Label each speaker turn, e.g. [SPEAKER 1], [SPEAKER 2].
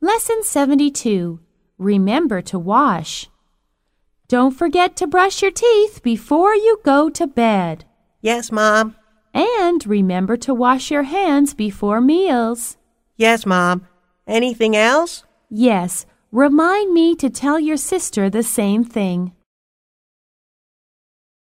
[SPEAKER 1] Lesson 72 Remember to wash. Don't forget to brush your teeth before you go to bed.
[SPEAKER 2] Yes, Mom.
[SPEAKER 1] And remember to wash your hands before meals.
[SPEAKER 2] Yes, Mom. Anything else?
[SPEAKER 1] Yes, remind me to tell your sister the same thing.